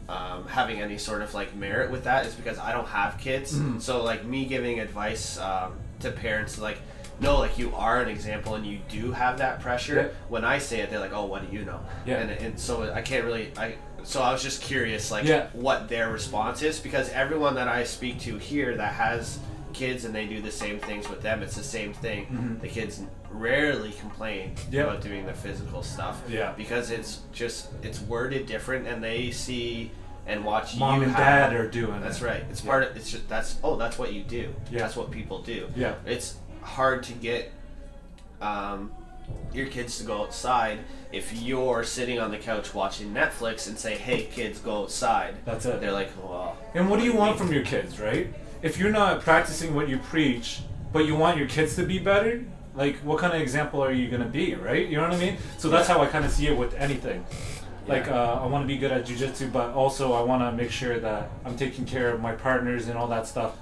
um, having any sort of like merit with that is because I don't have kids.
Mm-hmm.
So like me giving advice um, to parents like no like you are an example and you do have that pressure.
Yeah.
When I say it, they're like oh what do you know?
Yeah.
And, and so I can't really I so I was just curious like
Yeah.
what their response is because everyone that I speak to here that has kids and they do the same things with them it's the same thing
Mm-hmm.
the kids rarely complain
Yep.
about doing the physical stuff
Yeah.
because it's just it's worded different and they see and watch
Mom
you
and
have-
dad are doing
that's
it.
right it's
Yeah.
part of it's just that's oh that's what you do
Yeah.
that's what people do
Yeah.
it's hard to get um your kids to go outside if you're sitting on the couch watching Netflix and say, "Hey, kids, go outside."
That's it.
They're like, "Well."
And what do you want from your kids, right? If you're not practicing what you preach, but you want your kids to be better, like what kind of example are you gonna be, right? You know what I mean? So that's how I kind of see it with anything. Like
Yeah.
uh, I want to be good at jujitsu, but also I want to make sure that I'm taking care of my partners and all that stuff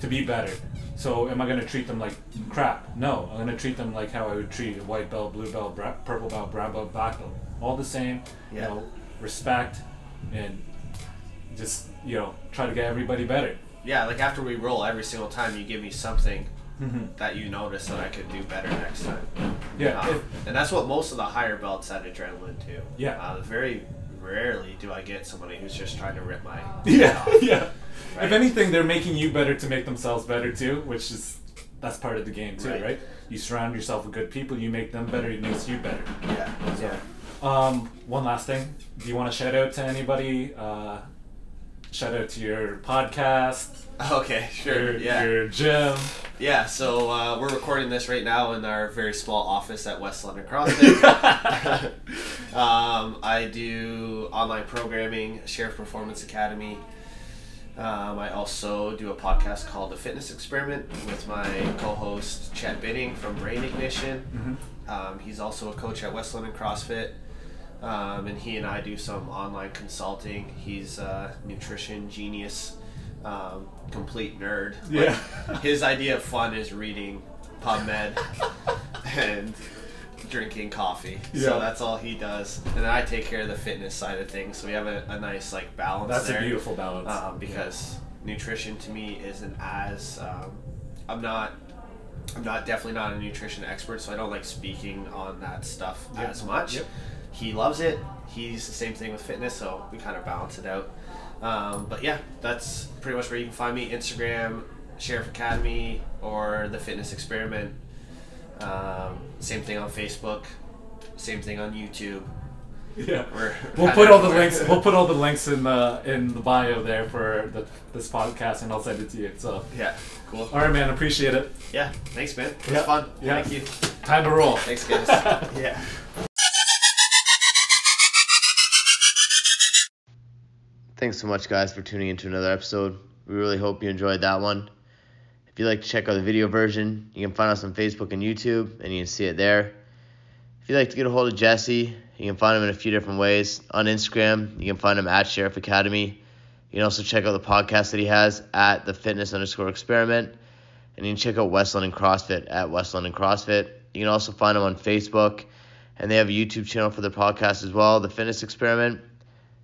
to be better. So am I gonna treat them like crap? No, I'm gonna treat them like how I would treat a white belt, blue belt, bra- purple belt, brown belt, black belt, all the same. You
Yeah.
know, respect and just you know try to get everybody better.
Yeah, like after we roll every single time, you give me something that you notice that I could do better next time.
Yeah,
Um,
Mm-hmm. if-
and that's what most of the higher belts had adrenaline too.
Yeah.
Uh, very rarely do I get somebody who's just trying to rip my.
yeah, yeah. If
Right.
anything, they're making you better to make themselves better too, which is that's part of the game too, right?
Right.
You surround yourself with good people, you make them better, it makes you better.
Yeah. Yeah.
Um, one last thing. Do you want to shout out to anybody? Uh, shout out to your podcast,
Okay. Sure.
your,
yeah.
your gym.
Yeah, so uh, we're recording this right now in our very small office at West London CrossFit. um, I do online programming, Sheriff Performance Academy. Um, I also do a podcast called The Fitness Experiment with my co host Chad Bidding from Brain Ignition. Um, he's also a coach at West London CrossFit. Um, and he and I do some online consulting. He's a nutrition genius, um, complete nerd. Like,
Yeah.
his idea of fun is reading PubMed and drinking coffee.
Yeah.
So that's all he does. And I take care of the fitness side of things. So we have a, a nice like balance
That's
there
a beautiful balance.
um, because nutrition to me isn't as um, I'm not I'm not definitely not a nutrition expert, so I don't like speaking on that stuff
Yep.
as much.
Yep.
He loves it. He's the same thing with fitness, so we kind of balance it out. Um, but yeah, that's pretty much where you can find me: Instagram, Sheriff Academy, or the Fitness Experiment. Um, same thing on Facebook. Same thing on YouTube.
yeah.
We're
We'll put all the links. We'll put all the links in the in the bio there for the, this podcast, and I'll send it to you. So,
Yeah. Cool.
all right, man, appreciate it.
Yeah. Thanks, man. It was
Yeah.
fun.
Yeah.
Thank you.
Time to roll.
Thanks, guys. yeah.
Thanks so much, guys, for tuning into another episode. We really hope you enjoyed that one. If you'd like to check out the video version, you can find us on Facebook and YouTube, and you can see it there. If you'd like to get a hold of Jesse, you can find him in a few different ways. On Instagram, you can find him at Sheriff Academy. You can also check out the podcast that he has at the fitness underscore experiment. And you can check out West London CrossFit at West London CrossFit. You can also find him on Facebook, and they have a YouTube channel for their podcast as well, The Fitness Experiment.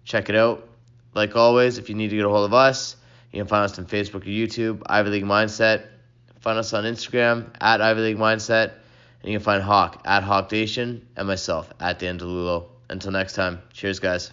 Check it out. Like always, if you need to get a hold of us, you can find us on Facebook or YouTube, Ivy League Mindset. Find us on Instagram at Ivy League Mindset, and you can find Hawk at Hawk Nation and myself at Dan DeLulo. Until next time, cheers, guys.